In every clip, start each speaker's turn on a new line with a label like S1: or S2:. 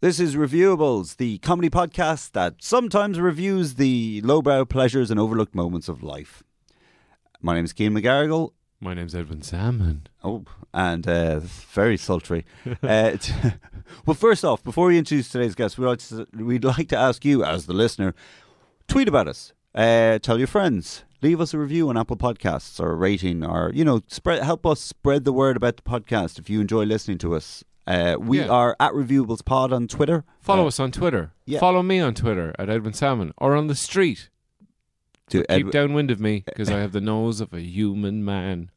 S1: This is Reviewables, the comedy podcast that sometimes reviews the lowbrow pleasures and overlooked moments of life. My name is Keen McGarrigle.
S2: My name's Edwin Salmon.
S1: Oh, and uh, very sultry. uh, t- well, first off, before we introduce today's guest, we'd like to, we'd like to ask you, as the listener, tweet about us, uh, tell your friends, leave us a review on Apple Podcasts or a rating, or you know, spread help us spread the word about the podcast if you enjoy listening to us. Uh, we
S2: Yeah.
S1: are at Reviewables Pod on Twitter.
S2: Follow
S1: Uh,
S2: us on Twitter.
S1: yeah.
S2: Follow me on Twitter at Edwin Salmon or on the street.
S1: to
S2: Keep downwind of me because I have the nose of a human man.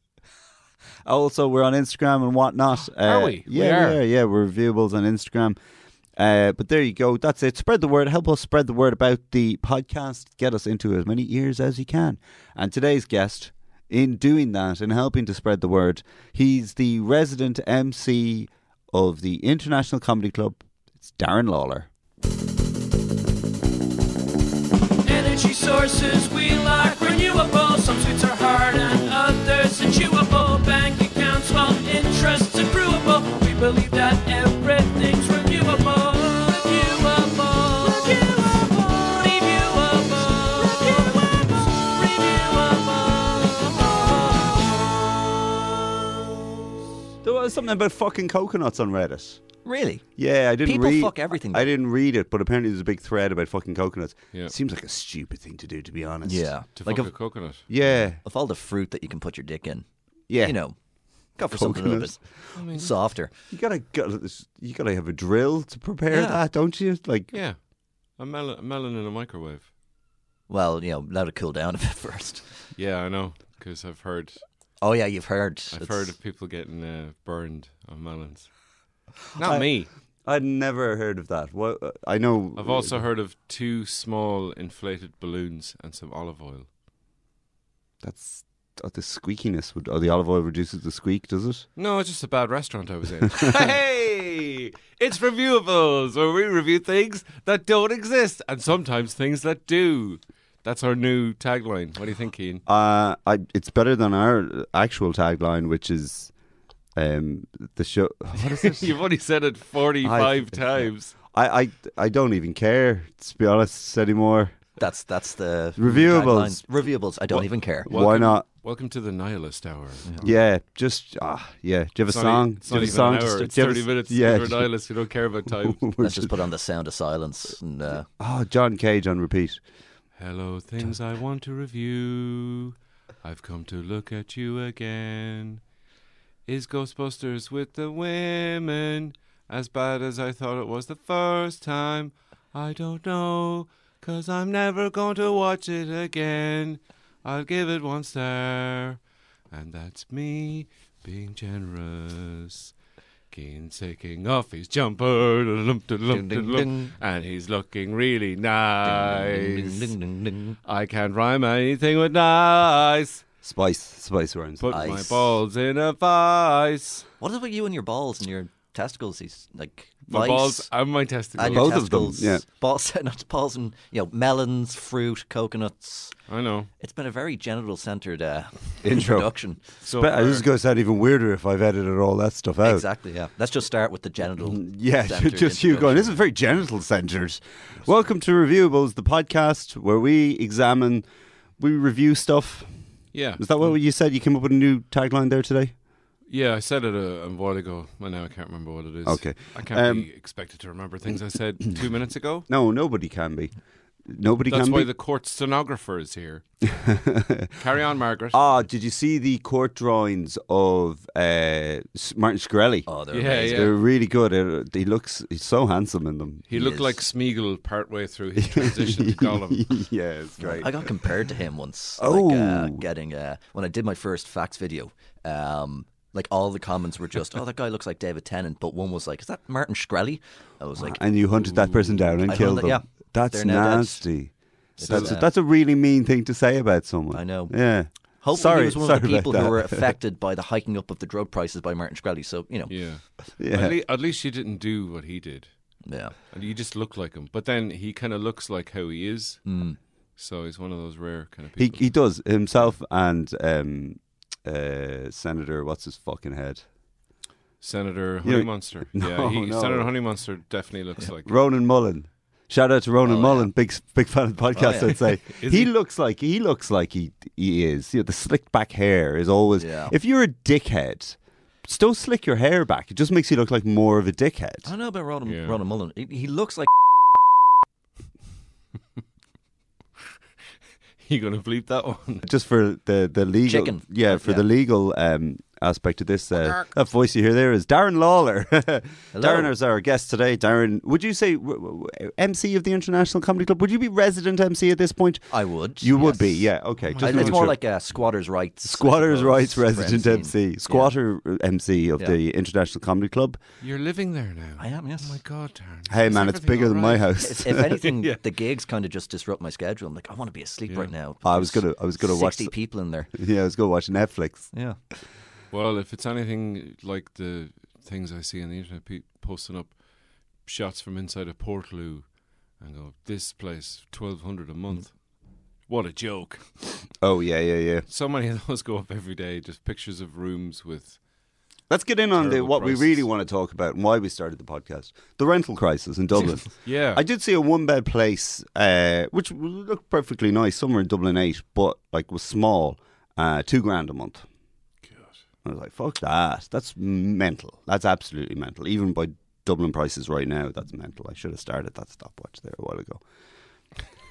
S1: Also, we're on Instagram and whatnot. Uh,
S2: Are we? We
S1: Yeah,
S2: are.
S1: yeah, yeah. We're reviewables on Instagram. Uh, but there you go. That's it. Spread the word. Help us spread the word about the podcast. Get us into as many ears as you can. And today's guest, in doing that, in helping to spread the word, he's the resident MC of the International Comedy Club. It's Darren Lawler.
S3: Energy sources we like renewable. Some sweets are hard and others are chewable. Bank accounts, well, interests accruable. We believe that everything's renewable. Reviewable. Reviewable.
S1: There was something about fucking coconuts on Reddit.
S4: Really?
S1: Yeah, I didn't
S4: People
S1: read.
S4: fuck everything.
S1: I didn't read it, but apparently there's a big thread about fucking coconuts.
S2: Yeah.
S1: Seems like a stupid thing to do, to be honest.
S4: Yeah.
S2: To
S4: Like
S2: fuck
S4: of,
S2: a coconut.
S1: Yeah.
S4: of all the fruit that you can put your dick in,
S1: Yeah. Oh,
S4: you know, go for something a little
S1: Coconuts.
S4: bit softer.
S1: You gotta go, you gotta have a drill to prepare
S4: Yeah.
S1: that, don't you? Like,
S2: Yeah. A melon, a melon in a microwave.
S4: Well, you know, let it cool down a bit first.
S2: Yeah, I know. Because I've heard,
S4: Oh yeah, you've heard.
S2: I've
S4: it's-
S2: heard of people getting uh, burned on melons. Not
S1: I-
S2: me.
S1: I'd never heard of that. What I know,
S2: I've also heard of two small inflated balloons and some olive oil.
S1: that's oh, the squeakiness. Would, or the olive oil reduces the squeak, does it?
S2: No, it's just a bad restaurant I was in. hey! It's Reviewables, where we review things that don't exist and sometimes things that do. That's our new tagline. What do you think, Keen?
S1: Uh, I, it's better than our actual tagline, which is, um, the show. What is it?
S2: You've only said it 45 times.
S1: I, I, I don't even care to be honest anymore.
S4: That's that's the
S1: Reviewables.
S4: guidelines. Reviewables. I don't even care.
S1: Why not?
S2: Welcome to the Nihilist Hour.
S1: Yeah, just ah, yeah. Do you have a
S2: It's not e-
S1: song?
S2: It's
S1: Do you have
S2: not
S1: a
S2: even
S1: song
S2: an
S1: to
S2: hour.
S1: st-
S2: It's
S1: do you have
S2: 30
S1: a-
S2: minutes.
S1: Yeah.
S2: You're a nihilist. You don't care about time.
S1: we're
S4: Let's just put on the sound of silence and uh,
S1: Oh, John Cage on repeat.
S2: Hello, things I want to review. I've come to look at you again. Is Ghostbusters with the women as bad as I thought it was the first time? I don't know, cause I'm never going to watch it again. I'll give it one star, and that's me being generous. Keen's taking off his jumper, da-dum, da-dum,
S4: Ding, ding,
S2: da-dum,
S4: ding.
S2: and he's looking really nice.
S4: ding, ding, ding, ding, ding.
S2: I can't rhyme anything with nice.
S1: Spice, spice rhymes. Ah,
S2: Put my
S4: Ice.
S2: balls in a vice.
S4: What is it with you and your balls and your testicles? These like
S2: My
S4: vice
S2: balls and my
S4: and
S2: testicles.
S4: your
S1: Both of them,
S4: testicles.
S1: yeah.
S4: Balls, not balls and you know melons, fruit, coconuts.
S2: I know.
S4: It's been a very genital centered uh,
S1: Intro.
S4: introduction.
S2: So
S1: But
S2: far.
S1: this is going to sound even weirder if I've edited all that stuff out.
S4: Exactly. Yeah. Let's just start with the genital.
S1: Yeah,
S4: centered
S1: just you going.
S4: introduction.
S1: This is very genital centered. Welcome to Reviewables, the podcast where we examine, we review stuff.
S2: yeah.
S1: Is that what you said? You came up with a new tagline there today?
S2: Yeah, I said it a, a while ago, but now I can't remember what it is.
S1: Okay.
S2: I can't
S1: Um,
S2: be expected to remember things I said two minutes ago.
S1: No, nobody can be. Nobody
S2: That's
S1: can
S2: why
S1: be.
S2: the court stenographer is here. Carry on, Margaret.
S1: ah, did you see the court drawings of uh, S- Martin Shkreli?
S4: Oh, they're
S2: Yeah,
S4: amazing.
S2: yeah.
S1: They're really good. Uh, He looks he's so handsome in them.
S2: he looked
S4: Yes.
S2: like Smeagol partway through his transition to Gollum.
S1: yeah, it's great.
S4: I got compared to him once.
S1: Oh.
S4: Like, uh, getting uh, when I did my first facts video, um, like all the comments were just, "Oh, that guy looks like David Tennant," but one was like, "Is that Martin Shkreli?" I was like,
S1: and you hunted that person down and
S4: I
S1: killed
S4: hunted-
S1: them.
S4: yeah.
S1: That's
S4: They're now dead.
S1: nasty. that's, a,
S4: uh,
S1: that's a really mean thing to say about someone.
S4: I know.
S1: Yeah.
S4: "Hopefully,
S1: sorry,
S4: he was one
S1: sorry
S4: of the people
S1: about
S4: who were
S1: that.
S4: affected by the hiking up of the drug prices by Martin Shkreli." So you know, yeah,
S2: Yeah.
S1: Yeah.
S2: At, le- at least you didn't do what he did. And you just look like him. But then he kind of looks like how he is. So he's one of those rare kind of
S1: Hmm. He
S2: people.
S1: he does himself and um, uh, Senator. What's his fucking head?
S2: Senator
S1: You-
S2: Honey Monster. yeah, he,
S1: no.
S2: Senator Honey Monster definitely looks like.
S1: Ronan Mullen. Shout out to Ronan
S4: Oh, yeah.
S1: Mullen, big big fan of the podcast.
S4: Oh, yeah.
S1: I'd say he,
S2: Is he?
S1: looks like he looks like he he is. You know, the slick back hair is always.
S4: Yeah.
S1: If you're a dickhead, just don't slick your hair back. It just makes you look like more of a
S4: I
S1: dickhead.
S4: don't know about Ronan,
S2: Yeah.
S4: Ronan Mullen. He, he looks like
S2: You gonna bleep that one?
S1: Just for the the legal,
S4: Chicken.
S1: yeah, for
S4: Yeah.
S1: the legal um, aspect of this, uh, that voice you hear there is Darren Lawler. Darren is our guest today. Darren, would you say w- w- w- MC of the International Comedy Club? Would you be resident MC at this point?
S4: I would.
S1: You would
S4: Uh,
S1: be,
S4: yes.
S1: yeah. Okay,
S4: I-
S1: making
S4: it's more
S1: sure.
S4: like a squatters' rights. I
S1: Squatter's
S4: suppose,
S1: Rights
S4: for
S1: Resident
S4: emceeing.
S1: MC, Squatter MC of
S4: Yeah.
S1: the International Comedy Club.
S2: You're living there now.
S4: I am, yes.
S2: Oh my god, Darren.
S1: Hey,
S2: Is
S1: man, it's
S2: everything
S1: bigger
S2: all
S1: than my
S2: right?
S1: house.
S4: If, if anything, the gigs kind of just disrupt my schedule. I'm like, I want to be asleep right now. but
S1: I was
S4: there's
S1: gonna- I was gonna watch
S4: sixty
S1: the-
S4: people in there.
S1: yeah, I was going to watch Netflix.
S4: Yeah,
S2: Well, if it's anything like the things I see on the internet, pe- posting up shots from inside a Portloo, and go, this place, twelve hundred a month. What a joke!
S1: Oh yeah, yeah, yeah.
S2: So many of those go up every day. Just pictures of rooms with.
S1: Let's get in on the,
S2: Terrible
S1: what
S2: prices.
S1: we really want to talk about and why we started the podcast: the rental crisis in Dublin.
S2: Yeah,
S1: I did see a one bed place, uh, which looked perfectly nice, somewhere in Dublin Eight, but like was small, uh, two grand a month. I was like, fuck that. That's mental. That's absolutely mental. Even by Dublin prices right now, that's mental. I should have started that stopwatch there a while ago.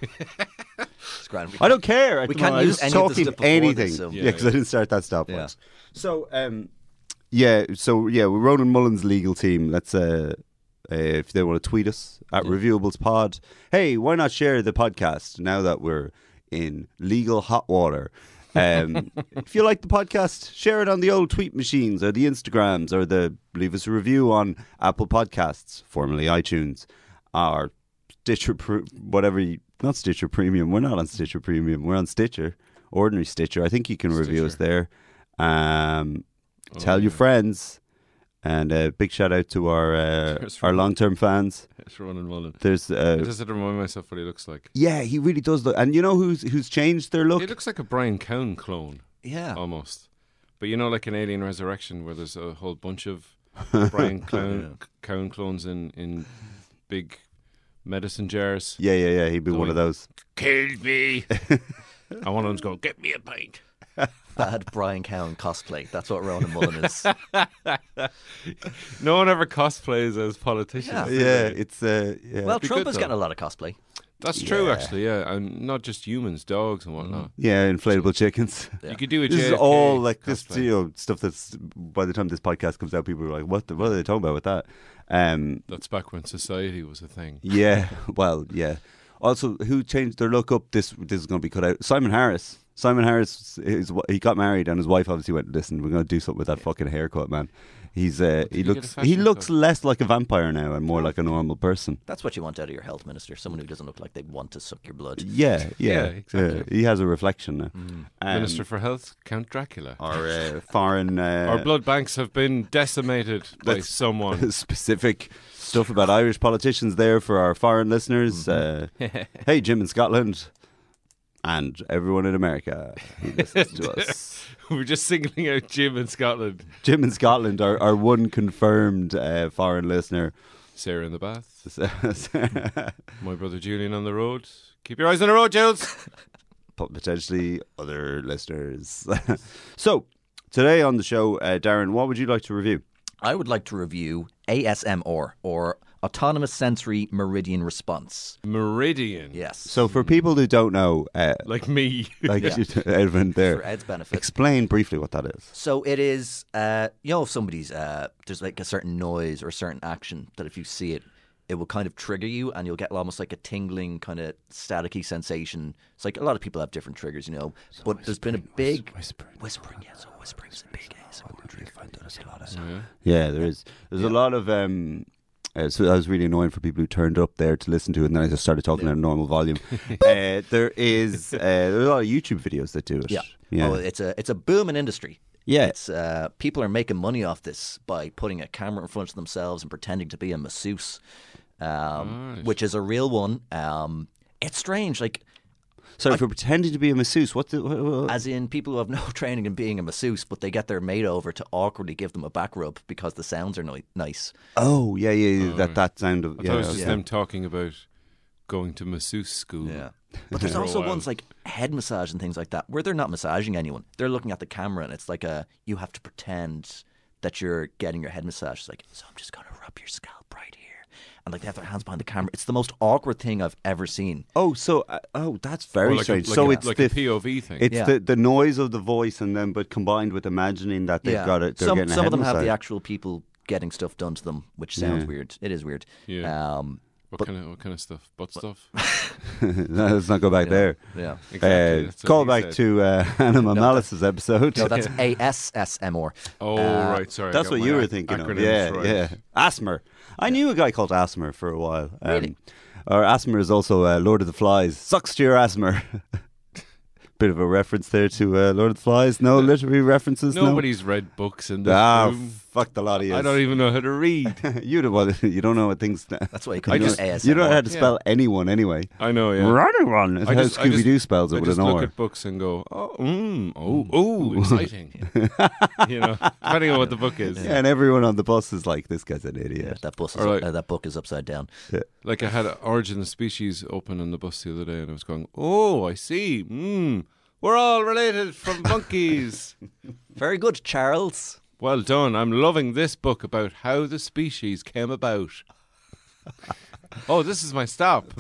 S4: it's grand.
S1: I don't care. I
S4: We
S1: don't
S4: can't
S1: know. I'm
S4: use
S1: just
S4: any of the
S1: talking
S4: stuff before
S1: anything.
S4: this, so-
S1: yeah,
S2: Yeah,
S1: because I didn't start that stopwatch.
S4: Yeah.
S1: So, um, yeah, so yeah, we're Ronan Mullen's legal team. Let's uh, uh, if they want to tweet us at Reviewables Pod. Hey, why not share the podcast now that we're in legal hot water? Um, if you like the podcast, share it on the old tweet machines or the Instagrams or the leave us a review on Apple Podcasts, formerly iTunes, or Stitcher, Pre- whatever. You, not Stitcher Premium. We're not on Stitcher Premium. We're on Stitcher, ordinary Stitcher. I think you can review us there. Um,
S2: Oh,
S1: tell your friends, and a big shout out to our uh,
S2: There's
S1: our
S2: Ronan.
S1: long term fans.
S2: it's Ronan Mullen.
S1: There's
S2: I
S1: uh,
S2: just had to remind myself what he looks like.
S1: yeah, he really does look. And you know who's who's changed their
S2: He
S1: look?
S2: looks like a Brian Cown clone. Ah.
S4: Yeah,
S2: almost. But you know, like in Alien Resurrection, where there's a whole bunch of Brian Clown, Cowan clones in, in big medicine jars.
S1: Yeah, yeah, yeah. He'd be one of those.
S2: Kill me. and one of them's going, get me a pint.
S4: bad Brian Cowan cosplay. That's what Ronan Mullen is.
S2: No one ever cosplays as politicians.
S4: Yeah.
S2: do
S1: Yeah,
S2: they?
S1: it's uh, yeah.
S4: well,
S2: be
S4: Trump
S2: good,
S4: is
S2: though.
S4: getting a lot of cosplay.
S2: That's true, actually, yeah. And not just humans, dogs and whatnot.
S1: yeah, inflatable chickens.
S2: You could do a
S1: This is
S2: JFK
S1: all like this,
S2: cosplay.
S1: you know, stuff that's by the time this podcast comes out, people are like, "What? The, what are they talking about with that?" Um,
S2: That's back when society was a thing.
S1: yeah, well, yeah. Also, who changed their look up? This this is going to be cut out. Simon Harris. Simon Harris, his, wi- he got married, and his wife obviously went. Listen, we're going to do something with that fucking haircut, man. He's uh, he
S2: you get a
S1: looks he
S2: fashion
S1: looks
S2: cut?
S1: less like a vampire now and more like a normal person.
S4: That's what you want out of your health minister. Someone who doesn't look like they want to suck your blood.
S1: Yeah, yeah,
S2: Yeah, exactly.
S1: yeah. he has a reflection now. Um,
S2: Minister for Health, Count Dracula.
S1: or uh, foreign. Uh,
S2: Our blood banks have been decimated by
S1: That's-
S2: someone.
S1: specific stuff about Irish politicians there for our foreign listeners.
S4: Mm-hmm.
S1: Uh, hey, Jim in Scotland and everyone in America who listens to us.
S2: We're just singling out Jim in Scotland.
S1: Jim in Scotland, our, our one confirmed uh, foreign listener.
S2: Sarah in the bath.
S1: Pot-
S2: My brother Julian on the road. Keep your eyes on the road, Jules.
S1: Potentially other listeners. so, today on the show, uh, Darren, what would you like to review?
S4: I would like to review ASMR or autonomous sensory meridian response.
S2: Meridian.
S4: Yes.
S1: So, for people who don't know, uh,
S2: Like me.
S1: like
S4: Hmm. Yeah.
S1: Edwin there,
S4: for Ed's benefit.
S1: explain briefly what that is.
S4: So it is, uh, you know, if somebody's uh, there's like a certain noise or a certain action that if you see it, it will kind of trigger you, and you'll get almost like a tingling kind of staticky sensation. It's like a lot of people have different triggers, you know. but there's been a big whispering, whispering, yeah. So whispering's a big ASMR trigger.
S1: Yeah, there is. There's a lot of. Um, uh, so that was really annoying for people who turned up there to listen to, it, and then I just started talking at a normal volume. uh, there is uh, there's a lot of YouTube videos that do it.
S4: Yeah.
S1: yeah,
S4: Oh, it's a it's a booming industry.
S1: Yeah.
S4: It's uh, people are making money off this by putting a camera in front of themselves and pretending to be a masseuse, um, which is a real one. Um, it's strange. Like
S1: Sorry, for pretending to be a masseuse. What the? What, what-
S4: As in people who have no training in being a masseuse, but they get their maid over to awkwardly give them a back rub because the sounds are ni- nice.
S1: oh, yeah, yeah, yeah.
S2: Oh,
S1: that
S2: right.
S1: that sound of
S2: I
S1: yeah.
S2: thought it was just
S1: yeah.
S2: them talking about going to masseuse school.
S4: But there's
S2: For a
S4: also
S2: while.
S4: ones like head massage and things like that where they're not massaging anyone. They're looking at the camera and it's like a you have to pretend that you're getting your head massage. It's like, so I'm just gonna rub your scalp right here. And like they have their hands behind the camera. It's the most awkward thing I've ever seen.
S1: Oh, so uh, oh, that's
S2: Or
S1: very
S2: like
S1: strange.
S2: A, like
S1: so
S2: a,
S1: it's
S2: like
S1: the
S2: a POV thing.
S1: it's
S4: Yeah.
S1: the, the noise of the voice, and then but combined with imagining that they've got it. They're
S4: some
S1: getting a
S4: some of
S1: head
S4: them have the
S1: massage.
S4: actual people getting stuff done to them, which sounds
S1: Yeah.
S4: weird. It is weird.
S2: Yeah.
S4: Um,
S2: what
S4: but-
S2: kind of what kind of stuff? Butt stuff.
S1: uh, No, Let's not go back there.
S4: yeah.
S1: Uh,
S2: that's what
S1: call
S2: he
S1: back
S2: said.
S1: to uh, Anima Malice's episode.
S4: No, that's A S S M or
S2: Oh right, sorry. I
S1: That's
S2: got
S1: what
S2: my
S1: you were
S2: ac-
S1: thinking of.
S2: acronyms
S1: Yeah,
S2: right.
S1: yeah. Asmer. I knew a guy called Asmer for a while. Um, Or Asmer is also uh, Lord of the Flies. Sucks to your Asmer. Bit of a reference there to uh, Lord of the Flies. No literary references. no?
S2: Nobody's read books in this
S1: Ah,
S2: room.
S1: fuck the lot of you.
S2: I don't e- even know how to read.
S1: you don't. Well, you don't know what things.
S4: That's why you
S1: You
S4: couldn't
S1: don't-
S4: use ASMR.
S1: You don't know how to
S2: Yeah.
S1: spell anyone anyway.
S2: I know, yeah.
S1: Anyone. It's
S2: I
S1: how
S2: just- I
S1: Scooby Doo
S2: just-
S1: spells
S2: I
S1: it with
S2: just
S1: an
S2: look
S1: R.
S2: at books and go, oh, mm, oh, oh, exciting. you know, depending on what the book is.
S1: And everyone on the bus is like, "This guy's an idiot."
S4: Yeah, that bus is
S2: All right.
S4: uh, that book is upside down.
S2: Like I had Origin of Species open on the bus the other day, and I was going, oh, I see. Mm, we're all related from monkeys.
S4: Very good, Charles.
S2: well done. I'm loving this book about how the species came about. oh, this is my stop.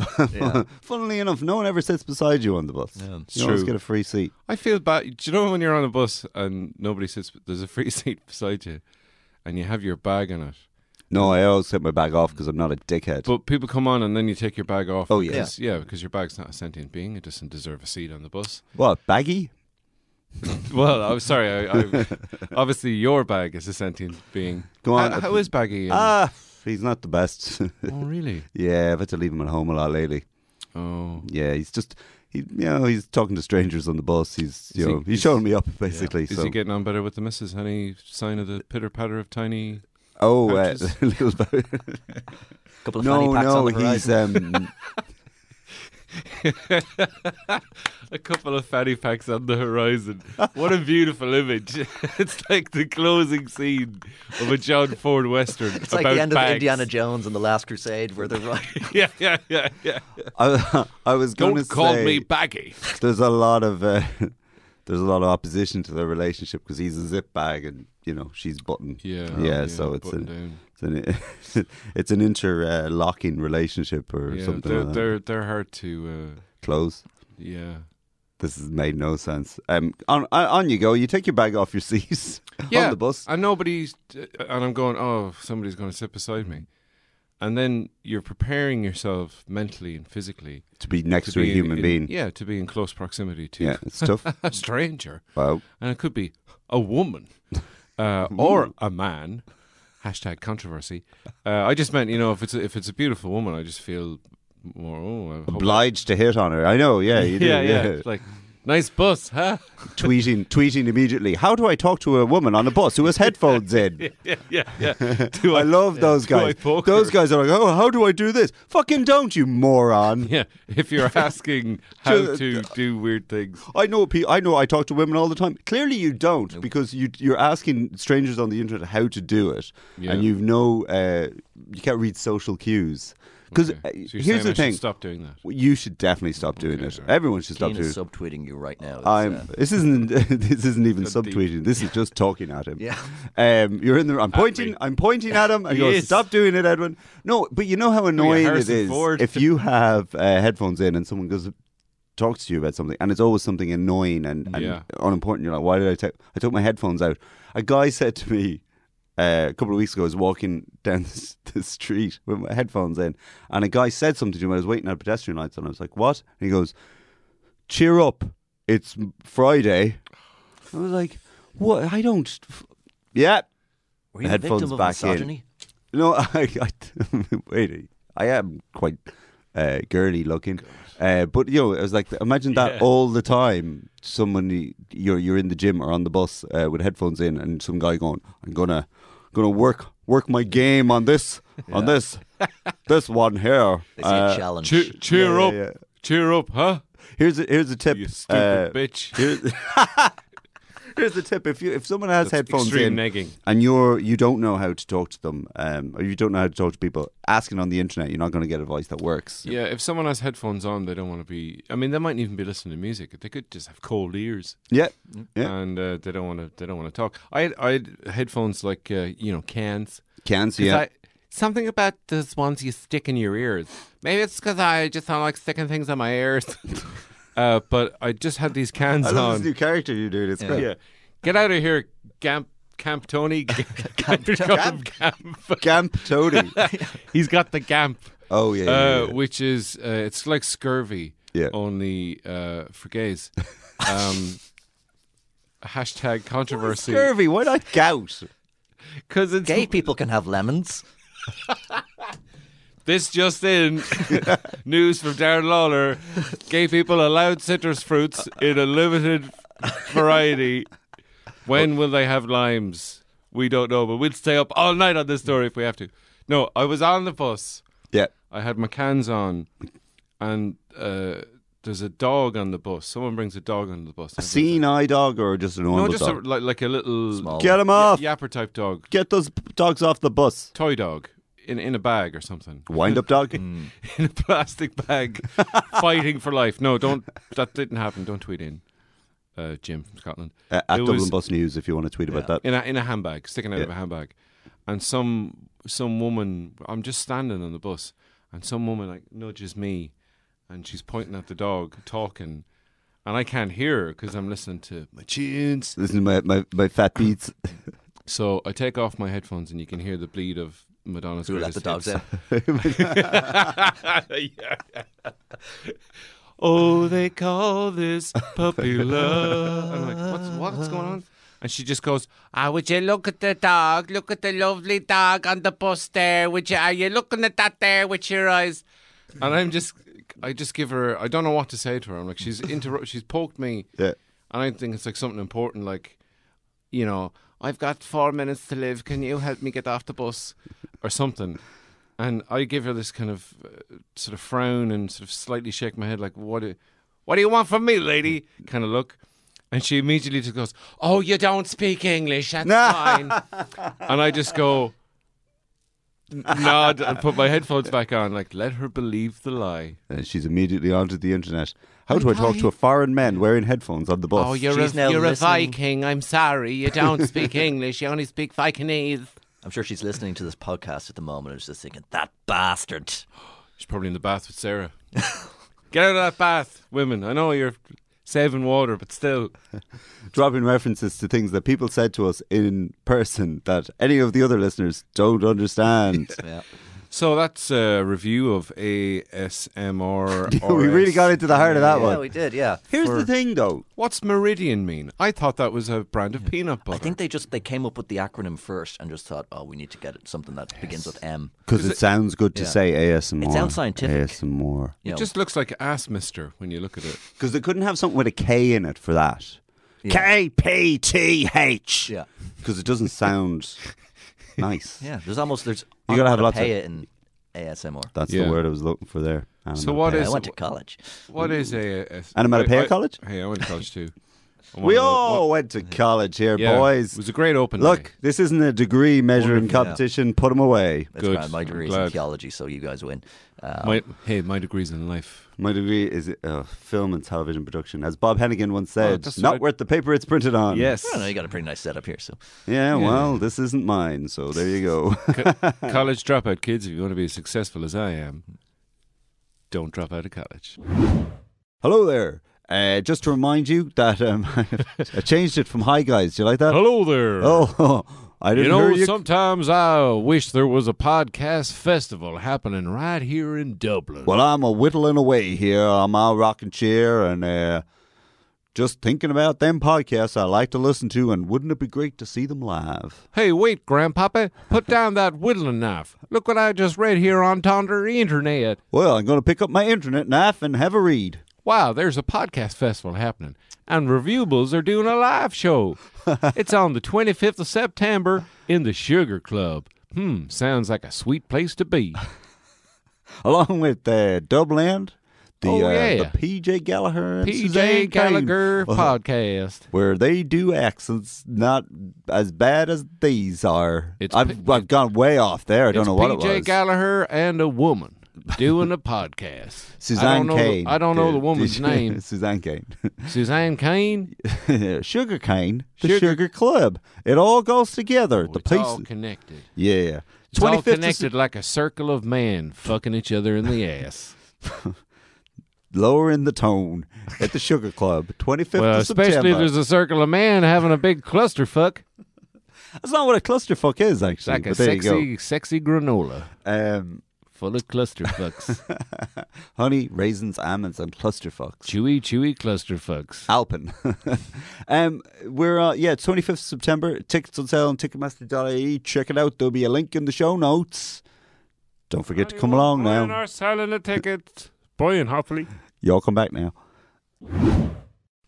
S1: Funnily enough, no one ever sits beside you on the bus. you always
S2: true.
S1: get a free seat.
S2: I feel bad. Do you know when you're on a bus and nobody sits? There's a free seat beside you, and you have your bag in it.
S1: No, I always take my bag off because I'm not a dickhead.
S2: But people come on and then you take your bag off.
S1: Oh, yeah.
S2: because, yeah, because your bag's not a sentient being. It doesn't deserve a seat on the bus.
S1: what baggy?
S2: well, I'm sorry. I, I, obviously, your bag is a sentient being.
S1: Go on.
S2: How- how is Baggy? and-
S1: Ah, he's not the best.
S2: oh, really?
S1: yeah, I've had to leave him at home a lot lately.
S2: Oh,
S1: Yeah, he's just. He, you know, he's talking to strangers on the bus. He's, you
S2: Is he-
S1: know, he's
S2: is-
S1: showing me up basically.
S2: is
S1: so,
S2: he getting on better with the missus? Any sign of the pitter patter of tiny?
S1: oh, uh,
S2: pouches?
S1: little bit.
S4: Couple of fanny
S1: no,
S4: packs
S1: no,
S4: on the
S1: he's
S4: horizon.
S1: um,
S2: A couple of fatty packs on the horizon. What a beautiful image! it's like the closing scene of a John Ford western.
S4: It's like the end of Indiana Jones and the Last Crusade, where they're right.
S2: Yeah, yeah, yeah, yeah.
S1: I, I was going to
S2: Don't call
S1: say
S2: me Baggy.
S1: there's a lot of uh, there's a lot of opposition to their relationship because he's a zip bag and you know she's button.
S2: Yeah,
S1: yeah. so it's an,
S2: button down.
S1: it's an it's an interlocking relationship or
S2: Yeah,
S1: something.
S2: they're,
S1: like that.
S2: they're they're hard to. Uh,
S1: Close.
S2: yeah.
S1: This has made no sense. Um, on on- on you go. You take your bag off your seats on the bus.
S2: And nobody's, and I'm going, oh, somebody's going to sit beside me. And then you're preparing yourself mentally and physically
S1: to be next to, a
S2: be in-
S1: human
S2: in-
S1: being.
S2: Yeah, to be in close proximity to
S1: Yeah, it's tough.
S2: a stranger.
S1: wow.
S2: And it could be a woman uh, or a man. Hashtag controversy. Uh, I just meant, you know, if it's a, if it's a beautiful woman, I just feel more. Oh, I hope-
S1: Obliged to hit on her. I know. Yeah, you do.
S2: yeah, yeah, Like, nice bus, huh?
S1: tweeting, tweeting immediately. How do I talk to a woman on a bus who has headphones in?
S2: yeah, yeah, yeah. Do
S1: I love those
S2: do I
S1: guys.
S2: poke
S1: Those
S2: her?
S1: guys are like, oh, how do I do this? Fucking don't, you moron.
S2: Yeah, if you're asking how
S1: Ju-
S2: to do weird things.
S1: I know, pe- I know, I talk to women all the time. Clearly, you don't because you you're asking strangers on the internet how to do it,
S2: Yeah.
S1: and you've no, uh, you can't read social cues. Because
S2: Okay. So you're
S1: uh, here's the
S2: saying I should
S1: thing:
S2: stop doing that.
S1: you should definitely stop doing
S2: Okay,
S1: it.
S2: alright.
S1: Everyone should stop
S4: Ian
S1: doing
S4: is
S1: it.
S4: subtweeting you right now. It's,
S1: I'm.
S4: uh,
S1: This isn't. this isn't even
S2: Gone deep.
S1: subtweeting. This is just talking at him.
S4: Yeah.
S1: Um. You're in the. I'm pointing.
S2: me.
S1: I'm pointing at him. I
S2: He
S1: go.
S2: is.
S1: Stop doing it, Edwin. No, but you know how annoying it
S2: Harrison
S1: is
S2: Ford.
S1: if you have uh, headphones in and someone goes talks to you about something, and it's always something annoying and, and
S2: Yeah.
S1: unimportant. You're like, why did I take? I took my headphones out. A guy said to me. Uh, a couple of weeks ago, I was walking down the, the street with my headphones in, and a guy said something to me. I was waiting at a pedestrian lights, and I was like, "What?" And he goes, cheer up, it's Friday. I was like, what? I don't. F- yeah.
S4: were you a
S1: headphones
S4: victim of
S1: back in.
S4: misogyny?
S1: No, I, I wait. I am quite uh, girly looking, uh, but you know, I was like, imagine that all the time. Someone you're you're in the gym or on the bus uh, with headphones in, and some guy going, "I'm gonna gonna work work my game on this on this this one here."
S4: They say
S1: Uh,
S4: challenge.
S2: Cheer, cheer
S1: yeah,
S2: up,
S1: yeah.
S2: cheer up, huh?
S1: Here's a, here's a tip.
S2: You stupid
S1: uh,
S2: bitch.
S1: Here's, here's the tip: if you if someone has
S2: That's
S1: headphones
S2: extreme
S1: in
S2: negging.
S1: and you're you don't know how to talk to them, um, or you don't know how to talk to people, asking on the internet, you're not going to get advice that works.
S2: Yeah, if someone has headphones on, they don't want to be. I mean, they mightn't even be listening to music. They could just have cold ears,
S1: Yeah, yeah.
S2: and uh, they don't want to. They don't want to talk. I had, I had headphones like uh, you know cans.
S1: Cans.
S2: 'Cause
S1: Yeah,
S2: I- something about those ones you stick in your ears. Maybe it's because I just don't like sticking things in my ears. uh, but I just had these cans
S1: I love this
S2: on.
S1: new character you're doing. It's
S4: Yeah.
S1: great.
S2: Yeah, get out of here, Gamp. Camp Tony, Camp, Camp,
S1: Gamp Tony.
S2: Oh, He's got the Gamp,
S1: oh yeah, yeah,
S2: uh,
S1: yeah.
S2: which is uh, it's like scurvy,
S1: Yeah.
S2: only uh, for gays. Um, hashtag controversy
S1: Scurvy. Why not gout?
S2: because it's
S4: Gay people can have lemons.
S2: This just in news from Darren Lawler. Gay people allowed citrus fruits in a limited variety. When will they have limes? We don't know, but we'll stay up all night on this story if we have to. No, I was on the bus.
S1: Yeah.
S2: I had my cans on, and uh, there's a dog on the bus. Someone brings a dog on the bus.
S1: Seen eye dog or just a normal
S2: No, just a,
S1: dog?
S2: like like a little
S4: Small.
S1: Get him off.
S2: yapper type dog,
S1: Get those dogs off the bus.
S2: toy dog, in in a bag or something.
S1: Wind up dog.
S2: Mm. in a plastic bag, fighting for life. No, don't. That didn't happen. Don't tweet in, uh, Jim from Scotland.
S1: Uh, at
S2: It
S1: Dublin
S2: was-
S1: Bus News, if you want to tweet about that.
S2: In a in a handbag, sticking out of a
S1: Yeah.
S2: handbag, and some some woman. I'm just standing on the bus, and some woman like nudges me, and she's pointing at the dog, talking, and I can't hear her because I'm listening to my tunes.
S1: Listen to my, my, my fat beats.
S2: So I take off my headphones, and you can hear the bleed of Madonna's.
S4: Who let
S2: greatest
S4: the dogs
S2: hits.
S4: out?
S2: Yeah. Oh, they call this puppy love. I'm like, what's what's going on? And she just goes, Ah, would you look at the dog? Look at the lovely dog on the bus there. Would you are you looking at that there with your eyes? And I'm just I just give her I don't know what to say to her. I'm like, she's interrupt she's poked me
S1: Yeah.
S2: and I think it's like something important like you know, I've got four minutes to live. Can you help me get off the bus or something? And I give her this kind of uh, sort of frown and sort of slightly shake my head, like, what do, what do you want from me, lady? Kind of look. And she immediately just goes, Oh, you don't speak English. That's fine. and I just go, n- nod and put my headphones back on, like, let her believe the lie.
S1: And Uh, she's immediately onto the internet. How do I talk to a foreign man wearing headphones on the bus?
S2: Oh, you're,
S4: She's now
S2: a, you're a
S4: listening.
S2: Viking. I'm sorry. You don't speak English. You only speak Vikingese.
S4: I'm sure she's listening to this podcast at the moment and is just thinking, that bastard.
S2: She's probably in the bath with Sarah. Get out of that bath, women. I know you're saving water, but still.
S1: Dropping references to things that people said to us in person that any of the other listeners don't understand.
S4: Yeah.
S2: So that's a review of ASMR.
S1: we really got into the heart of that
S4: yeah,
S1: one.
S4: we did, yeah.
S1: Here's the thing, though.
S2: What's meridian mean? I thought that was a brand of peanut butter.
S4: I think they just they came up with the acronym first and just thought, oh, we need to get it, something that begins with M.
S1: Because it, sounds good to
S4: Yeah.
S1: say ASMR.
S4: It sounds scientific.
S1: ASMR.
S2: it
S4: You know,
S2: just looks like ass mister when you look at it.
S1: Because they couldn't have something with a K in it for that. K P T H.
S4: yeah,
S1: Because it doesn't sound nice.
S4: yeah. There's almost there's
S1: You gotta have lots of-
S4: onomatopoeia in ASMR.
S1: That's
S2: Yeah.
S1: the word I was looking for there.
S2: So what
S1: Onomatopoeia.
S2: is-
S4: I went to college.
S2: What is AS?
S1: Onomatopoeia
S2: I- I-
S1: College?
S2: Hey, I went to college too. I'm one
S1: We
S2: of the-
S1: all
S2: one-
S1: went to college here,
S2: yeah,
S1: boys.
S2: It was a great open
S1: Look,
S2: day.
S1: this isn't a degree measuring
S4: Wonderful.
S1: competition. Put 'em Put them away.
S4: That's
S2: Good.
S4: grand. My
S2: I'm
S4: degree's in
S2: glad.
S4: theology, so you guys win. Um,
S2: My, hey, my degree's in life.
S1: My degree is uh, film and television production. As Bob Hennigan once
S2: Oh,
S1: said,
S2: that's
S1: not
S2: what I-
S1: worth the paper it's printed on.
S2: Yes.
S4: I don't know you got a pretty nice setup here, so
S1: Yeah, well, this isn't mine, so there you go.
S2: college dropout kids, if you want to be as successful as I am, don't drop out of college.
S1: Hello there. Uh, just to remind you that um, I changed it from Hi Guys. Do you like that?
S2: Hello there.
S1: Oh, I didn't
S2: You know,
S1: hear you.
S2: sometimes I wish there was a podcast festival happening right here in Dublin.
S1: Well, I'm a whittling away here on my rocking chair and uh, just thinking about them podcasts I like to listen to, and wouldn't it be great to see them live?
S2: Hey, wait, Grandpapa, put down that whittling knife. Look what I just read here on Tonder Internet.
S1: Well, I'm going to pick up my internet knife and have a read.
S2: Wow, there's a podcast festival happening, and Reviewables are doing a live show. it's on the 25th of September in the Sugar Club. Hmm, sounds like a sweet place to be.
S1: Along with uh, Dubland, the
S2: Oh,
S1: uh,
S2: yeah.
S1: the PJ Gallagher and Suzanne
S2: PJ
S1: Cain,
S2: Gallagher
S1: Well,
S2: podcast.
S1: where they do accents not as bad as these are.
S2: It's
S1: I've,
S2: P-
S1: I've gone way off there. I don't
S2: it's
S1: know what
S2: PJ
S1: it was.
S2: Gallagher and a woman doing a podcast. I
S1: Suzanne
S2: don't know
S1: Cain.
S2: The, I don't know
S1: did-
S2: the woman's
S1: did-
S2: name.
S1: Suzanne Cain.
S2: Suzanne Kane.
S1: Sugar Cane. The Sugar,
S2: Sugar- Oh,
S1: Club. It all goes together. the
S2: it's
S1: police.
S2: all connected.
S1: yeah.
S2: It's all
S1: 25th of
S2: connected like a circle of men fucking each other in the ass.
S1: lowering the tone at the Sugar Club, 25th
S2: well,
S1: of
S2: especially if
S1: September.
S2: there's a circle of men having a big clusterfuck.
S1: That's not what a clusterfuck is,
S2: It's
S1: actually.
S2: like a
S1: but there you
S2: sexy, sexy granola
S1: go. Um,
S2: full of clusterfucks.
S1: honey, raisins, almonds, and clusterfucks.
S2: chewy, chewy clusterfucks.
S1: Alpen. um, we're uh, yeah, twenty fifth September. Tickets on sale on Ticketmaster.ie. E. Check it out. There'll be a link in the show notes. Don't forget to come along now.
S2: selling a ticket. Brian Hopley.
S1: Y'all come back now.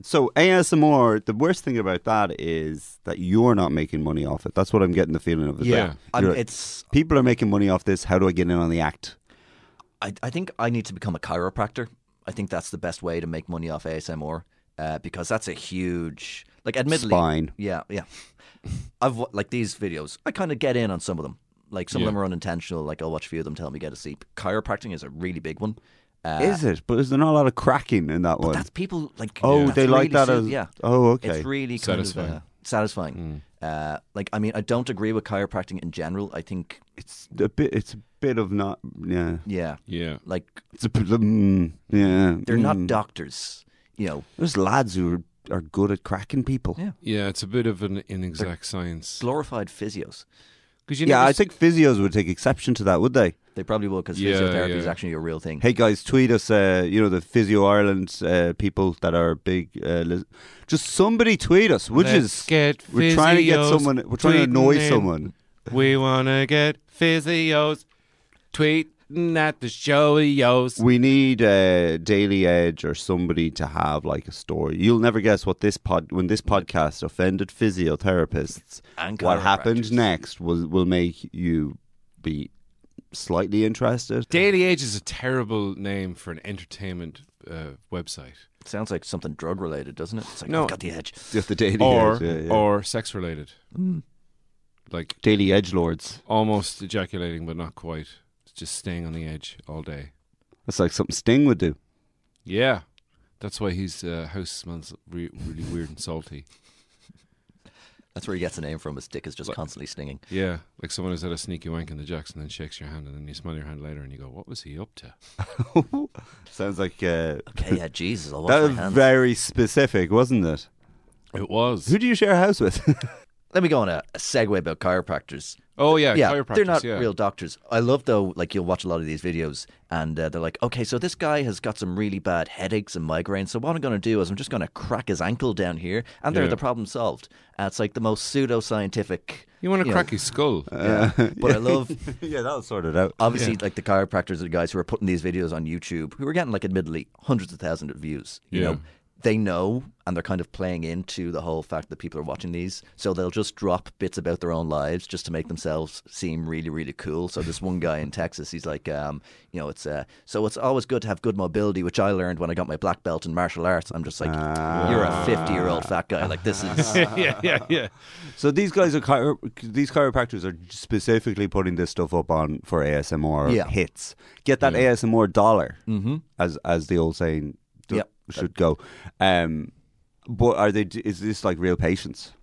S1: So ASMR, the worst thing about that is that you're not making money off it. That's what I'm getting the feeling of. is
S2: Yeah.
S1: that
S4: I'm,
S1: you're like,
S4: it's
S1: people are making money off this. How do I get in on the act?
S4: I, I think I need to become a chiropractor. I think that's the best way to make money off ASMR uh, because that's a huge, like, admittedly,
S1: Spine.
S4: Yeah, yeah. I've wa- like these videos. I kind of get in on some of them. Like some of them are unintentional. Like I'll watch a few of them, tell me get a sleep. Chiropractic is a really big one. Uh,
S1: is it? But is there not a lot of cracking in that one?
S4: that's people like
S1: oh,
S4: that's
S1: they like
S4: really
S1: that
S4: su-
S1: as
S4: yeah.
S1: Oh, okay. Mm.
S4: It's really
S2: Satisfying.
S4: kind of uh, satisfying. Uh, like I mean, I don't agree with chiropractic in general. I think
S1: it's a bit. It's a bit of not. Yeah.
S4: yeah,
S2: Yeah.
S4: like
S1: It's a, bit of, mm, yeah.
S4: they're
S1: mm.
S4: not doctors. You know,
S1: There's lads who are, are good at cracking people.
S4: Yeah.
S2: Yeah, it's a bit of an inexact science.
S4: glorified physios.
S2: Because you
S1: Yeah,
S2: never
S1: I
S2: s-
S1: think physios would take exception to that, would they?
S4: They probably will because
S2: Yeah,
S4: physiotherapy is
S2: yeah.
S4: actually a real thing.
S1: Hey guys, tweet us. Uh, you know the Physio Ireland uh, people that are big. Uh, lis- just somebody tweet us, which
S2: Let's
S1: is
S2: get
S1: we're trying to get
S2: physios
S1: someone. We're trying to
S2: tweeting
S1: annoy
S2: in.
S1: someone.
S2: We wanna get physios tweeting at the showios.
S1: We need uh, Daily Edge or somebody to have like a story. You'll never guess what this pod when this podcast offended physiotherapists.
S4: And
S1: what happened
S4: chiropractors.
S1: next will will make you be slightly interested.
S2: Daily Age is a terrible name for an entertainment uh, website,
S4: Sounds like something drug related, doesn't it? It's like
S2: No.
S4: I've got the edge.
S1: Just the Daily
S2: or
S1: Edge, yeah, Hmm. yeah.
S2: or sex related, like
S1: Daily Edge Lords.
S2: almost ejaculating but not quite, It's just staying on the edge all day.
S1: That's like something Sting would do.
S2: Yeah, that's why his uh, house smells re- really weird and salty.
S4: That's where he gets the name from. His dick is just constantly stinging.
S2: Yeah, like someone who's had a sneaky wank in the jacks and then shakes your hand and then you smell your hand later and you go, "What was he up to?"
S1: Sounds like uh,
S4: Okay, yeah, Jesus, I'll
S1: that
S4: wash
S1: was
S4: my hands.
S1: very specific, wasn't it?
S2: It was.
S1: Who do you share a house with?
S4: Let me go on a, a segue about chiropractors.
S2: Oh yeah,
S4: yeah,
S2: chiropractors.
S4: they're not
S2: yeah.
S4: real doctors. I love though, like you'll watch a lot of these videos, and uh, they're like, okay, so this guy has got some really bad headaches and migraines. So what I'm going to do is I'm just going to crack his ankle down here, and there
S2: Yeah.
S4: the problem solved. And it's like the most pseudo scientific.
S2: You want to
S4: Yeah. Uh,
S2: crack his uh, skull?
S4: But I love
S1: yeah, that'll sort it out.
S4: obviously like the chiropractors are the guys who are putting these videos on YouTube who are getting like admittedly hundreds of thousands of views. You
S2: Yeah.
S4: know, they know and they're kind of playing into the whole fact that people are watching these. So they'll just drop bits about their own lives just to make themselves seem really, really cool. So this one guy in Texas, he's like, um, you know, it's uh, so it's always good to have good mobility, which I learned when I got my black belt in martial arts. I'm just like, you're a 50 year old fat guy. Like this is
S2: yeah, yeah, yeah.
S1: So these guys are chiro- these chiropractors are specifically putting this stuff up on for ASMR
S4: Yeah.
S1: hits. Get that ASMR dollar, mm-hmm. as as the old saying d-
S4: Yep.
S1: should go. Um, but are they? d- Is this like real patients?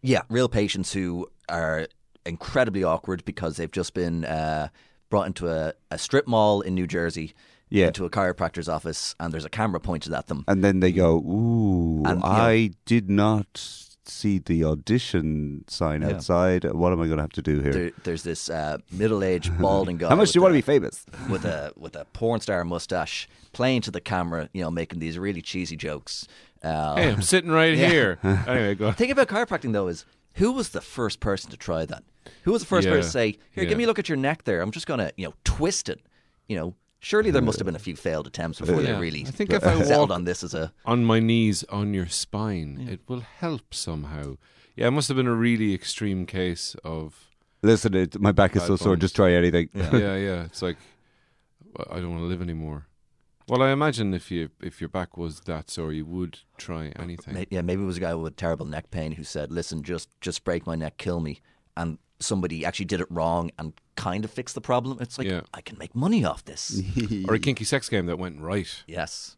S4: Yeah, real patients who are incredibly awkward because they've just been uh, brought into a, a strip mall in New Jersey,
S1: Yeah.
S4: into a chiropractor's office, and there's a camera pointed at them.
S1: And then they go, "Ooh,
S4: And, yeah.
S1: I did not." See the audition sign outside. What am I going to have to do here?
S4: There, there's this uh, middle-aged balding guy.
S1: How much do you want to be
S4: with
S1: famous?
S4: a- with a with a porn star mustache playing to the camera? You know, making these really cheesy jokes. Uh,
S2: Hey, I'm sitting right
S4: Yeah.
S2: here. Anyway, go. on.
S4: thing about chiropractic though is who was the first person to try that? Who was the first
S2: Yeah,
S4: person to say,
S2: yeah.
S4: "Here, give me a look at your neck there. I'm just gonna, you know, twist it." You know, surely there must have been a few failed attempts before
S2: Yeah.
S4: they really
S2: I think if I
S4: settled
S2: walk-
S4: on this as a
S2: On my knees, on your spine. It will help somehow. Yeah, it must have been a really extreme case of.
S1: Listen, it, my back is so sore.
S2: bones.
S1: Just try anything.
S2: Yeah, yeah. It's like I don't want to live anymore. Well, I imagine if you if your back was that sore, you would try anything.
S4: Ma- Yeah, maybe it was a guy with terrible neck pain who said, "Listen, just just break my neck, kill me." And somebody actually did it wrong and kind of fixed the problem. It's like
S2: Yeah.
S4: I can make money off this.
S2: Or a kinky sex game that went right.
S4: yes.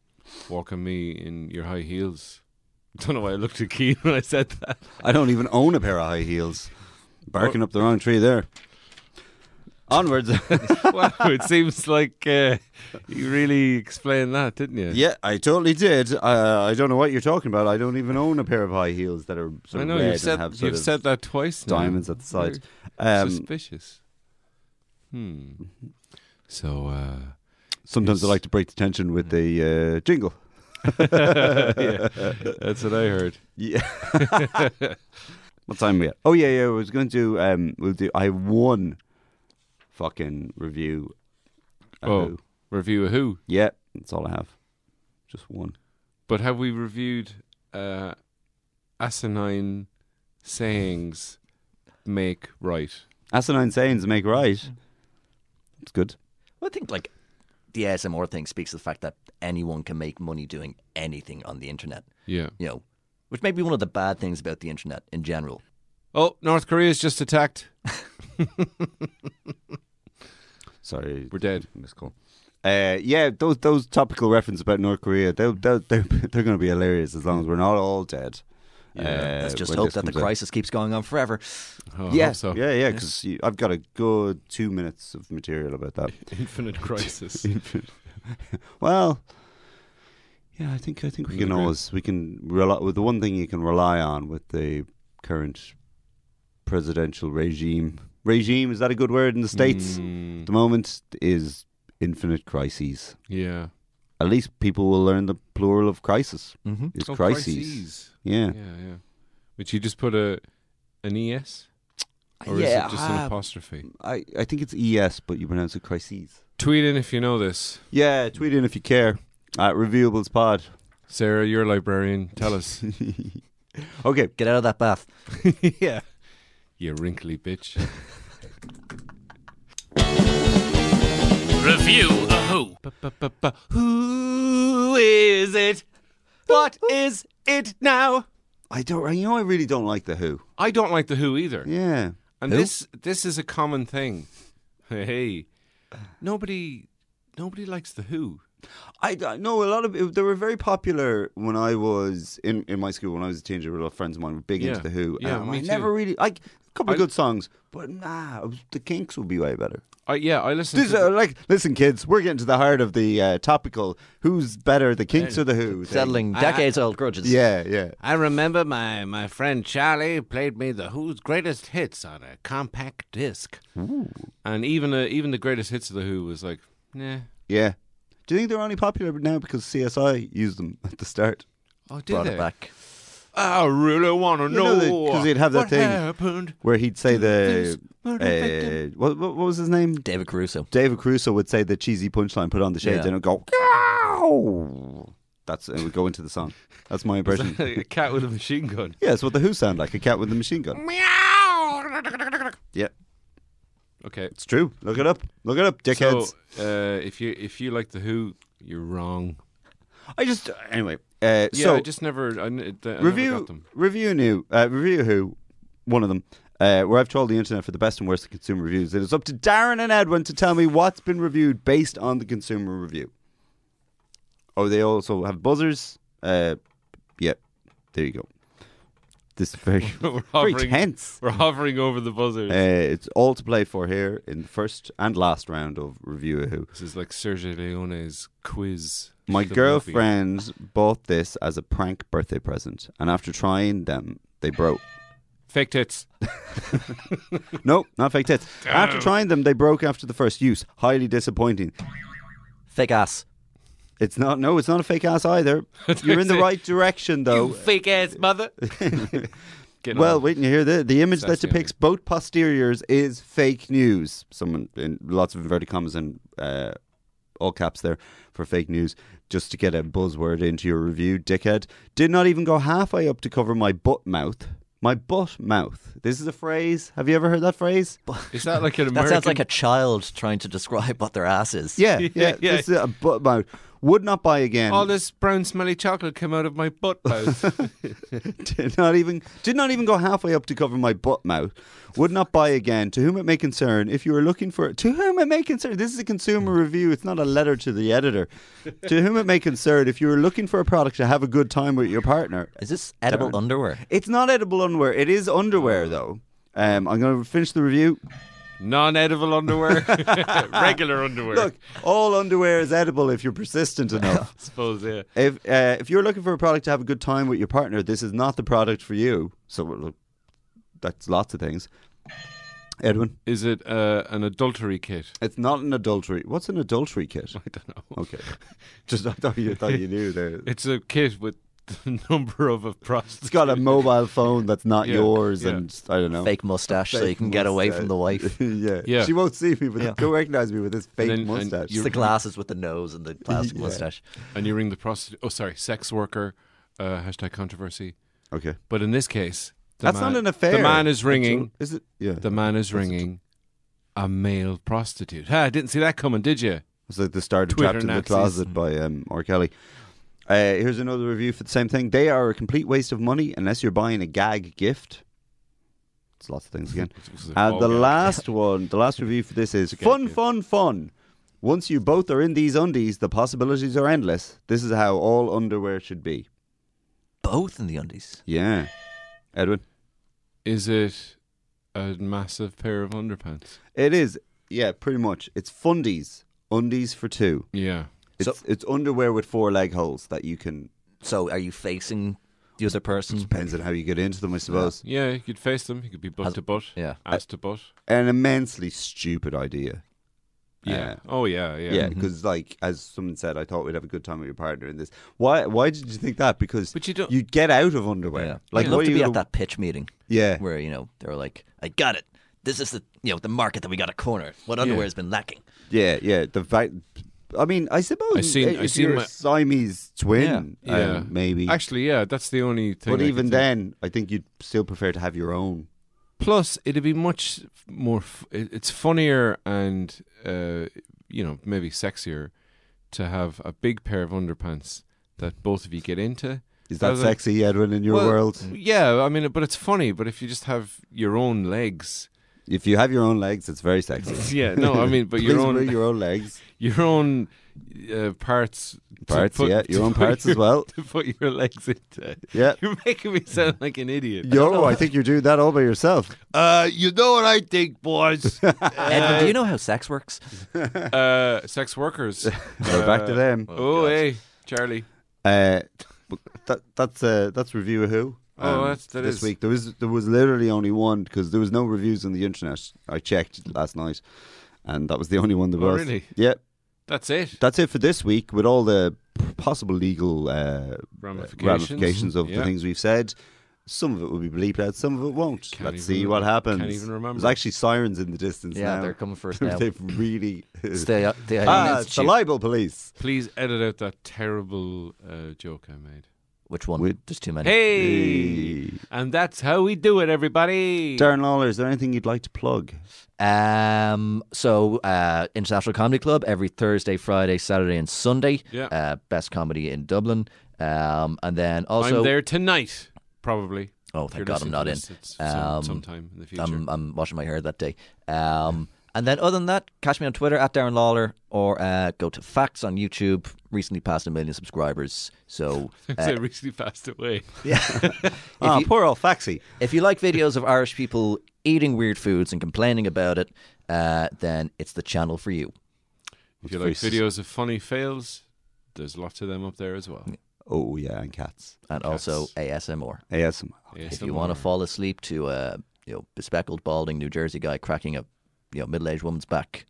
S2: Walking me in your high heels. Don't know why I looked at Keith when I said that.
S1: I don't even own a pair of high heels. Barking up the wrong tree there. Onwards.
S2: wow, it seems like uh, you really explained that, didn't you?
S1: yeah, I totally did. Uh, I don't know what you're talking about. I don't even own a pair of high heels that are sort
S2: I
S1: of
S2: know
S1: red
S2: you've said
S1: and have sort
S2: you've
S1: of
S2: said that twice. now.
S1: diamonds at the sides.
S2: You're
S1: Um,
S2: Suspicious. Hmm. So uh,
S1: sometimes I
S2: Yes.
S1: like to break the tension with the uh, jingle.
S2: yeah, that's what I heard.
S1: Yeah. what time we at? Oh yeah, yeah. I was going to. Um, we'll do. I have one fucking review.
S2: Oh. Review of who?
S1: yeah. That's all I have. Just one.
S2: But have we reviewed uh, asinine sayings make right?
S1: Asinine sayings make
S4: Mm.
S1: right. It's good.
S4: Well, I think like the ASMR thing speaks to the fact that anyone can make money doing anything on the internet.
S2: Yeah.
S4: You know, which may be one of the bad things about the internet in general.
S2: Oh, North Korea's just attacked.
S1: Sorry,
S2: We're dead.
S1: Miss call. Uh, yeah, those those topical references about North Korea, they'll, they'll, they're they're going to be hilarious as long as we're not all dead.
S2: Yeah.
S4: Let's just
S1: Uh, when
S4: hope
S1: this
S4: that the
S1: comes out.
S4: crisis keeps going on forever.
S2: Oh, I hope
S1: Yeah,
S2: so.
S1: yeah, yeah, because I've got a good two minutes of material about that.
S2: Infinite crisis.
S1: Well, yeah, I think I think we can
S2: Agree.
S1: always we can rely with the one thing you can rely on with the current presidential regime. Regime is that a good word in the states?
S2: Mm,
S1: At the moment is infinite crises.
S2: yeah.
S1: At least people will learn the plural of crisis.
S4: Mm-hmm.
S1: It's
S2: Oh,
S1: crises. Yeah.
S2: Yeah, yeah. Would you just put a an es, or
S4: yeah,
S2: is it just an
S1: uh,
S4: ah,
S2: apostrophe?
S1: I, I think it's ES, but you pronounce it crises.
S2: Tweet in if you know this.
S1: Yeah, tweet in if you care at Reviewables Pod.
S2: Sarah, you're a librarian. Tell us.
S1: Okay,
S4: get out of that bath.
S2: yeah. You wrinkly bitch.
S3: Review a who.
S2: Ba-ba-ba. Who is it? What is it now?
S1: I don't. You know, I really don't like the Who.
S2: I don't like the Who either.
S1: Yeah,
S2: And
S4: Who?
S2: this this is a common thing. Hey, nobody nobody likes the Who.
S1: I I know a lot of they were very popular when I was in, in my school when I was a teenager. A lot of friends of mine were big
S2: Yeah.
S1: into the Who.
S2: Yeah,
S1: and
S2: me
S1: I
S2: too.
S1: never really like a couple
S2: I-
S1: of good songs, but nah, it was- the Kinks would be way better.
S2: I, yeah, I listen.
S1: This,
S2: to
S1: uh, like, listen, kids, we're getting to the heart of the uh, topical. Who's better, the Kinks or the Who? thing.
S4: Settling decades old grudges.
S1: Yeah, yeah.
S2: I remember my, my friend Charlie played me the Who's greatest hits on a compact disc. And even uh, even the greatest hits of the Who was like, nah.
S1: Yeah. Do you think they're only popular now because CSI used them at the start?
S2: Oh, did
S4: Brought
S2: they?
S4: it back.
S2: I really want to
S1: know
S2: know
S1: they- 'cause they'd have that
S2: what
S1: thing.
S2: happened.
S1: Where he'd say the.
S2: Motherfucker.
S1: Uh, what, what, what was his name?
S4: David Caruso.
S1: David Crusoe would say the cheesy punchline, put on the shades,
S4: Yeah.
S1: and it would go, "Gow!" That's it, would go into the song. That's my impression.
S2: a cat with a machine gun.
S1: yeah, it's what the Who sound like a cat with a machine gun. Yeah,
S2: Okay,
S1: it's true. Look it up. Look it up,
S2: so
S1: dickheads.
S2: uh, if you if you like the Who, you're wrong.
S1: I just. Anyway. Uh,
S2: Yeah,
S1: so,
S2: I just never I, n- I
S1: review
S2: never got them.
S1: review new uh, review who one of them uh, where I've trolled the internet for the best and worst of consumer reviews. It is up to Darren and Edwin to tell me what's been reviewed based on the consumer review. Oh, they also have buzzers. Uh, yeah, there you go. This is very
S2: We're
S1: very
S2: hovering-
S1: tense.
S2: We're hovering over the buzzer.
S1: Uh, it's all to play for here in the first and last round of Review Who.
S2: this is like Sergio Leone's quiz.
S1: My
S2: The movie.
S1: girlfriend bought this as a prank birthday present, and after trying them, they broke.
S2: Fake tits.
S1: No, not fake tits. After trying them, they broke after the first use. Highly disappointing.
S4: Fake ass.
S1: It's not. No, it's not a fake ass either. You're in the right direction, though.
S2: fake ass mother. Get
S1: Well,
S2: on.
S1: wait and you hear the the image that
S2: That's the
S1: depicts both posteriors is fake news. Someone in lots of inverted commas and uh, all caps there for fake news, just to get a buzzword into your review, dickhead. Did not even go halfway up to cover my butt mouth. My butt mouth. This is a phrase. Have you ever heard that phrase?
S2: is that like an
S4: That
S2: American?
S4: sounds like a child trying to describe what their ass is.
S1: Yeah, yeah.
S2: yeah.
S1: This is a butt mouth. Would not buy again.
S2: All Oh, this brown smelly chocolate came out of my butt mouth.
S1: did not even did not even go halfway up to cover my butt mouth. Would not buy again. To whom it may concern, if you are looking for to whom it may concern. This is a consumer review. It's not a letter to the editor. to whom it may concern, if you are looking for a product to have a good time with your partner.
S4: Is this edible underwear?
S1: It's not edible underwear. It is underwear though. Um, I'm going to finish the review.
S2: Non-edible underwear, regular underwear.
S1: Look, all underwear is edible if you're persistent enough.
S2: suppose yeah.
S1: If uh, if you're looking for a product to have a good time with your partner, this is not the product for you. So well, look, that's lots of things. Edwin,
S2: Is it uh, an adultery kit?
S1: it's not an adultery. What's an adultery kit? I don't know. Okay, just I thought you thought you knew there.
S2: It's a kit with the number of a
S1: It's
S2: prostitute.
S1: got a mobile phone that's not
S2: Yeah,
S1: yours,
S2: yeah.
S1: and I don't know.
S4: Fake mustache so you
S1: Fake
S4: can get away
S1: mustache.
S4: from the wife.
S1: yeah.
S2: Yeah.
S1: she won't see me, but she'll recognize me with this fake
S2: then- and
S1: mustache.
S4: It's the glasses with the nose and the plastic
S1: Yeah.
S4: mustache.
S2: And you ring the prostitute. Oh, sorry, sex worker. Uh, hashtag controversy.
S1: okay,
S2: But in this case, the
S1: that's
S2: man-
S1: not an affair.
S2: The man is
S1: That's a-
S2: ringing.
S1: Is it? Yeah.
S2: The man is ringing a male prostitute. Ha, I didn't see that coming, did you?
S1: It's like the start of
S2: Twitter
S1: Trapped in the
S2: Nazis.
S1: Closet by um, R. Kelly. Uh, here's another review for the same thing. They are a complete waste of money unless you're buying a gag gift. It's lots of things again. And the last one, the last review for this is fun, fun, fun. Once you both are in these undies, the possibilities are endless. This is how all underwear should be.
S4: Both in the undies.
S1: Yeah. Edwin?
S2: is it a massive pair of underpants?
S1: It is. Yeah, pretty much. It's fundies. Undies for two.
S2: Yeah.
S1: It's, it's underwear with four leg holes that you can.
S4: So are you facing the other person?
S1: Depends on how you get into them, I suppose.
S2: Yeah, you could face them. You could be butt
S4: As-
S2: to butt.
S4: yeah.
S2: Ass to butt.
S1: an immensely stupid idea.
S2: Yeah. oh, yeah, yeah.
S1: Uh, Yeah, because like as someone said, I thought we'd have a good time with your partner in this. Why? Why did you think that? Because
S2: But you don't-
S1: would get out of underwear.
S4: Yeah.
S1: Like
S4: Like, I'd love
S1: what
S4: to
S1: are
S4: be
S1: you
S4: at
S1: gonna-
S4: that pitch meeting
S1: Yeah,
S4: where, you know, they were like, I got it. This is the, you know, the market that we got to corner. What underwear has been lacking?
S1: yeah, yeah. The fact. I mean, I suppose
S2: I seen-
S1: if
S2: I seen
S1: you're
S2: my-
S1: a Siamese twin,
S2: Yeah.
S1: um, maybe.
S2: Actually, yeah, that's the only thing.
S1: but
S2: I
S1: even
S2: could think.
S1: then, I think you'd still prefer to have your own.
S2: Plus, it'd be much more. F- it- it's funnier and, uh, you know, maybe sexier to have a big pair of underpants that both of you get into.
S1: Is that
S2: Rather than-
S1: sexy, Edwin, in your
S2: Well,
S1: world?
S2: Yeah, I mean, but it's funny. But if you just have your own legs,
S1: If you have your own legs, it's very sexy.
S2: yeah, no, I mean, but your
S1: Please bring
S2: own
S1: your own legs,
S2: your own uh, parts, to
S1: parts,
S2: put-
S1: yeah,
S2: to
S1: your own
S2: put
S1: parts
S2: your-
S1: as well.
S2: to put your legs into.
S1: Yeah.
S2: You're making me sound like an idiot.
S1: Yo, I think you're doing that all by yourself.
S2: Uh, you know what I think, boys.
S4: Edwin, do you know how sex works?
S2: uh, sex workers.
S1: We're back to them.
S2: Oh, hey, Charlie.
S1: Uh, but that that's uh, that's review of who. um,
S2: Oh, that's- that
S1: this
S2: is.
S1: week. There was there was literally only one because there was no reviews on the internet. I checked last night, and that was the only one there
S2: Oh,
S1: was.
S2: really?
S1: Yep.
S2: That's it.
S1: That's it for this week with all the possible legal uh,
S2: Ramifications.
S1: ramifications of the
S2: Yeah.
S1: things we've said. Some of it will be bleeped out, some of it won't.
S2: Can't
S1: Let's
S2: even
S1: see
S2: remem-
S1: what happens.
S2: can't even remember.
S1: There's actually sirens in the distance
S4: Yeah,
S1: now.
S4: they're coming for us now.
S1: They've really.
S4: Stay up. Stay
S1: ah, it's the libel police.
S2: Please edit out that terrible uh, joke I made.
S4: Which one?
S1: With-
S4: There's too many.
S2: Hey! And that's how we do it, everybody.
S1: Darren Lawler, is there anything you'd like to plug?
S4: Um, so uh, International Comedy Club every Thursday, Friday, Saturday, and Sunday.
S2: Yeah.
S4: Uh, best comedy in Dublin. Um, and then
S2: I'm
S4: also
S2: there tonight, probably.
S4: Oh,
S2: If
S4: thank
S2: you're
S4: God I'm
S2: listening
S4: not
S2: to
S4: in.
S2: this, it's some-
S4: Um,
S2: sometime in the future.
S4: I'm, I'm washing my hair that day. Um, and then other than that, catch me on Twitter at Darren Lawler or uh, go to Facts on YouTube. Recently passed a million subscribers, so
S2: I recently passed away.
S1: Ah,
S4: you-
S1: poor old Faxi.
S4: If you like videos of Irish people eating weird foods and complaining about it, uh, then it's the channel for you.
S2: If you like
S1: That's very
S2: videos of funny fails, there's lots of them up there as well.
S1: Oh yeah, and cats.
S4: And also ASMR.
S1: ASMR.
S2: Yes,
S4: If you
S2: I'm
S4: want to
S2: aware.
S4: fall asleep to a you know bespeckled, balding New Jersey guy cracking a you know middle-aged woman's back,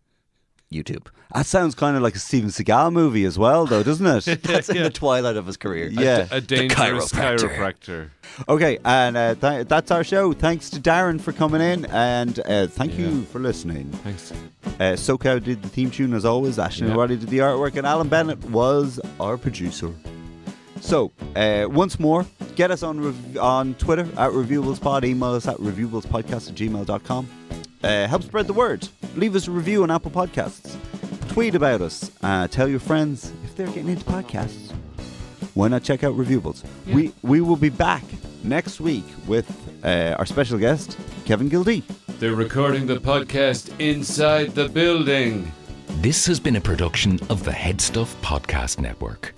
S4: YouTube.
S1: That sounds kind of like a Steven Seagal movie as well, though, doesn't it?
S4: That's in the twilight of his career.
S1: yeah.
S2: a dangerous
S4: chiropractor.
S2: chiropractor.
S1: Okay, and uh, th- that's our show. Thanks to Darren for coming in, and uh, thank you for listening.
S2: Thanks.
S1: Uh, SoCal did the theme tune as always. Ashley
S2: Yeah.
S1: Roddy did the artwork, and Alan Bennett was our producer. So, uh, once more, get us on rev- on Twitter at ReviewablesPod, email us at reviewablespodcast at gmail.com. Uh, help spread the word. Leave us a review on Apple Podcasts. Tweet about us. Uh, tell your friends. If they're getting into podcasts, why not check out Reviewables? We we will be back next week with uh, our special guest Kevin Gildee.
S2: They're recording the podcast inside the building.
S5: This has been a production of the Head Stuff Podcast Network.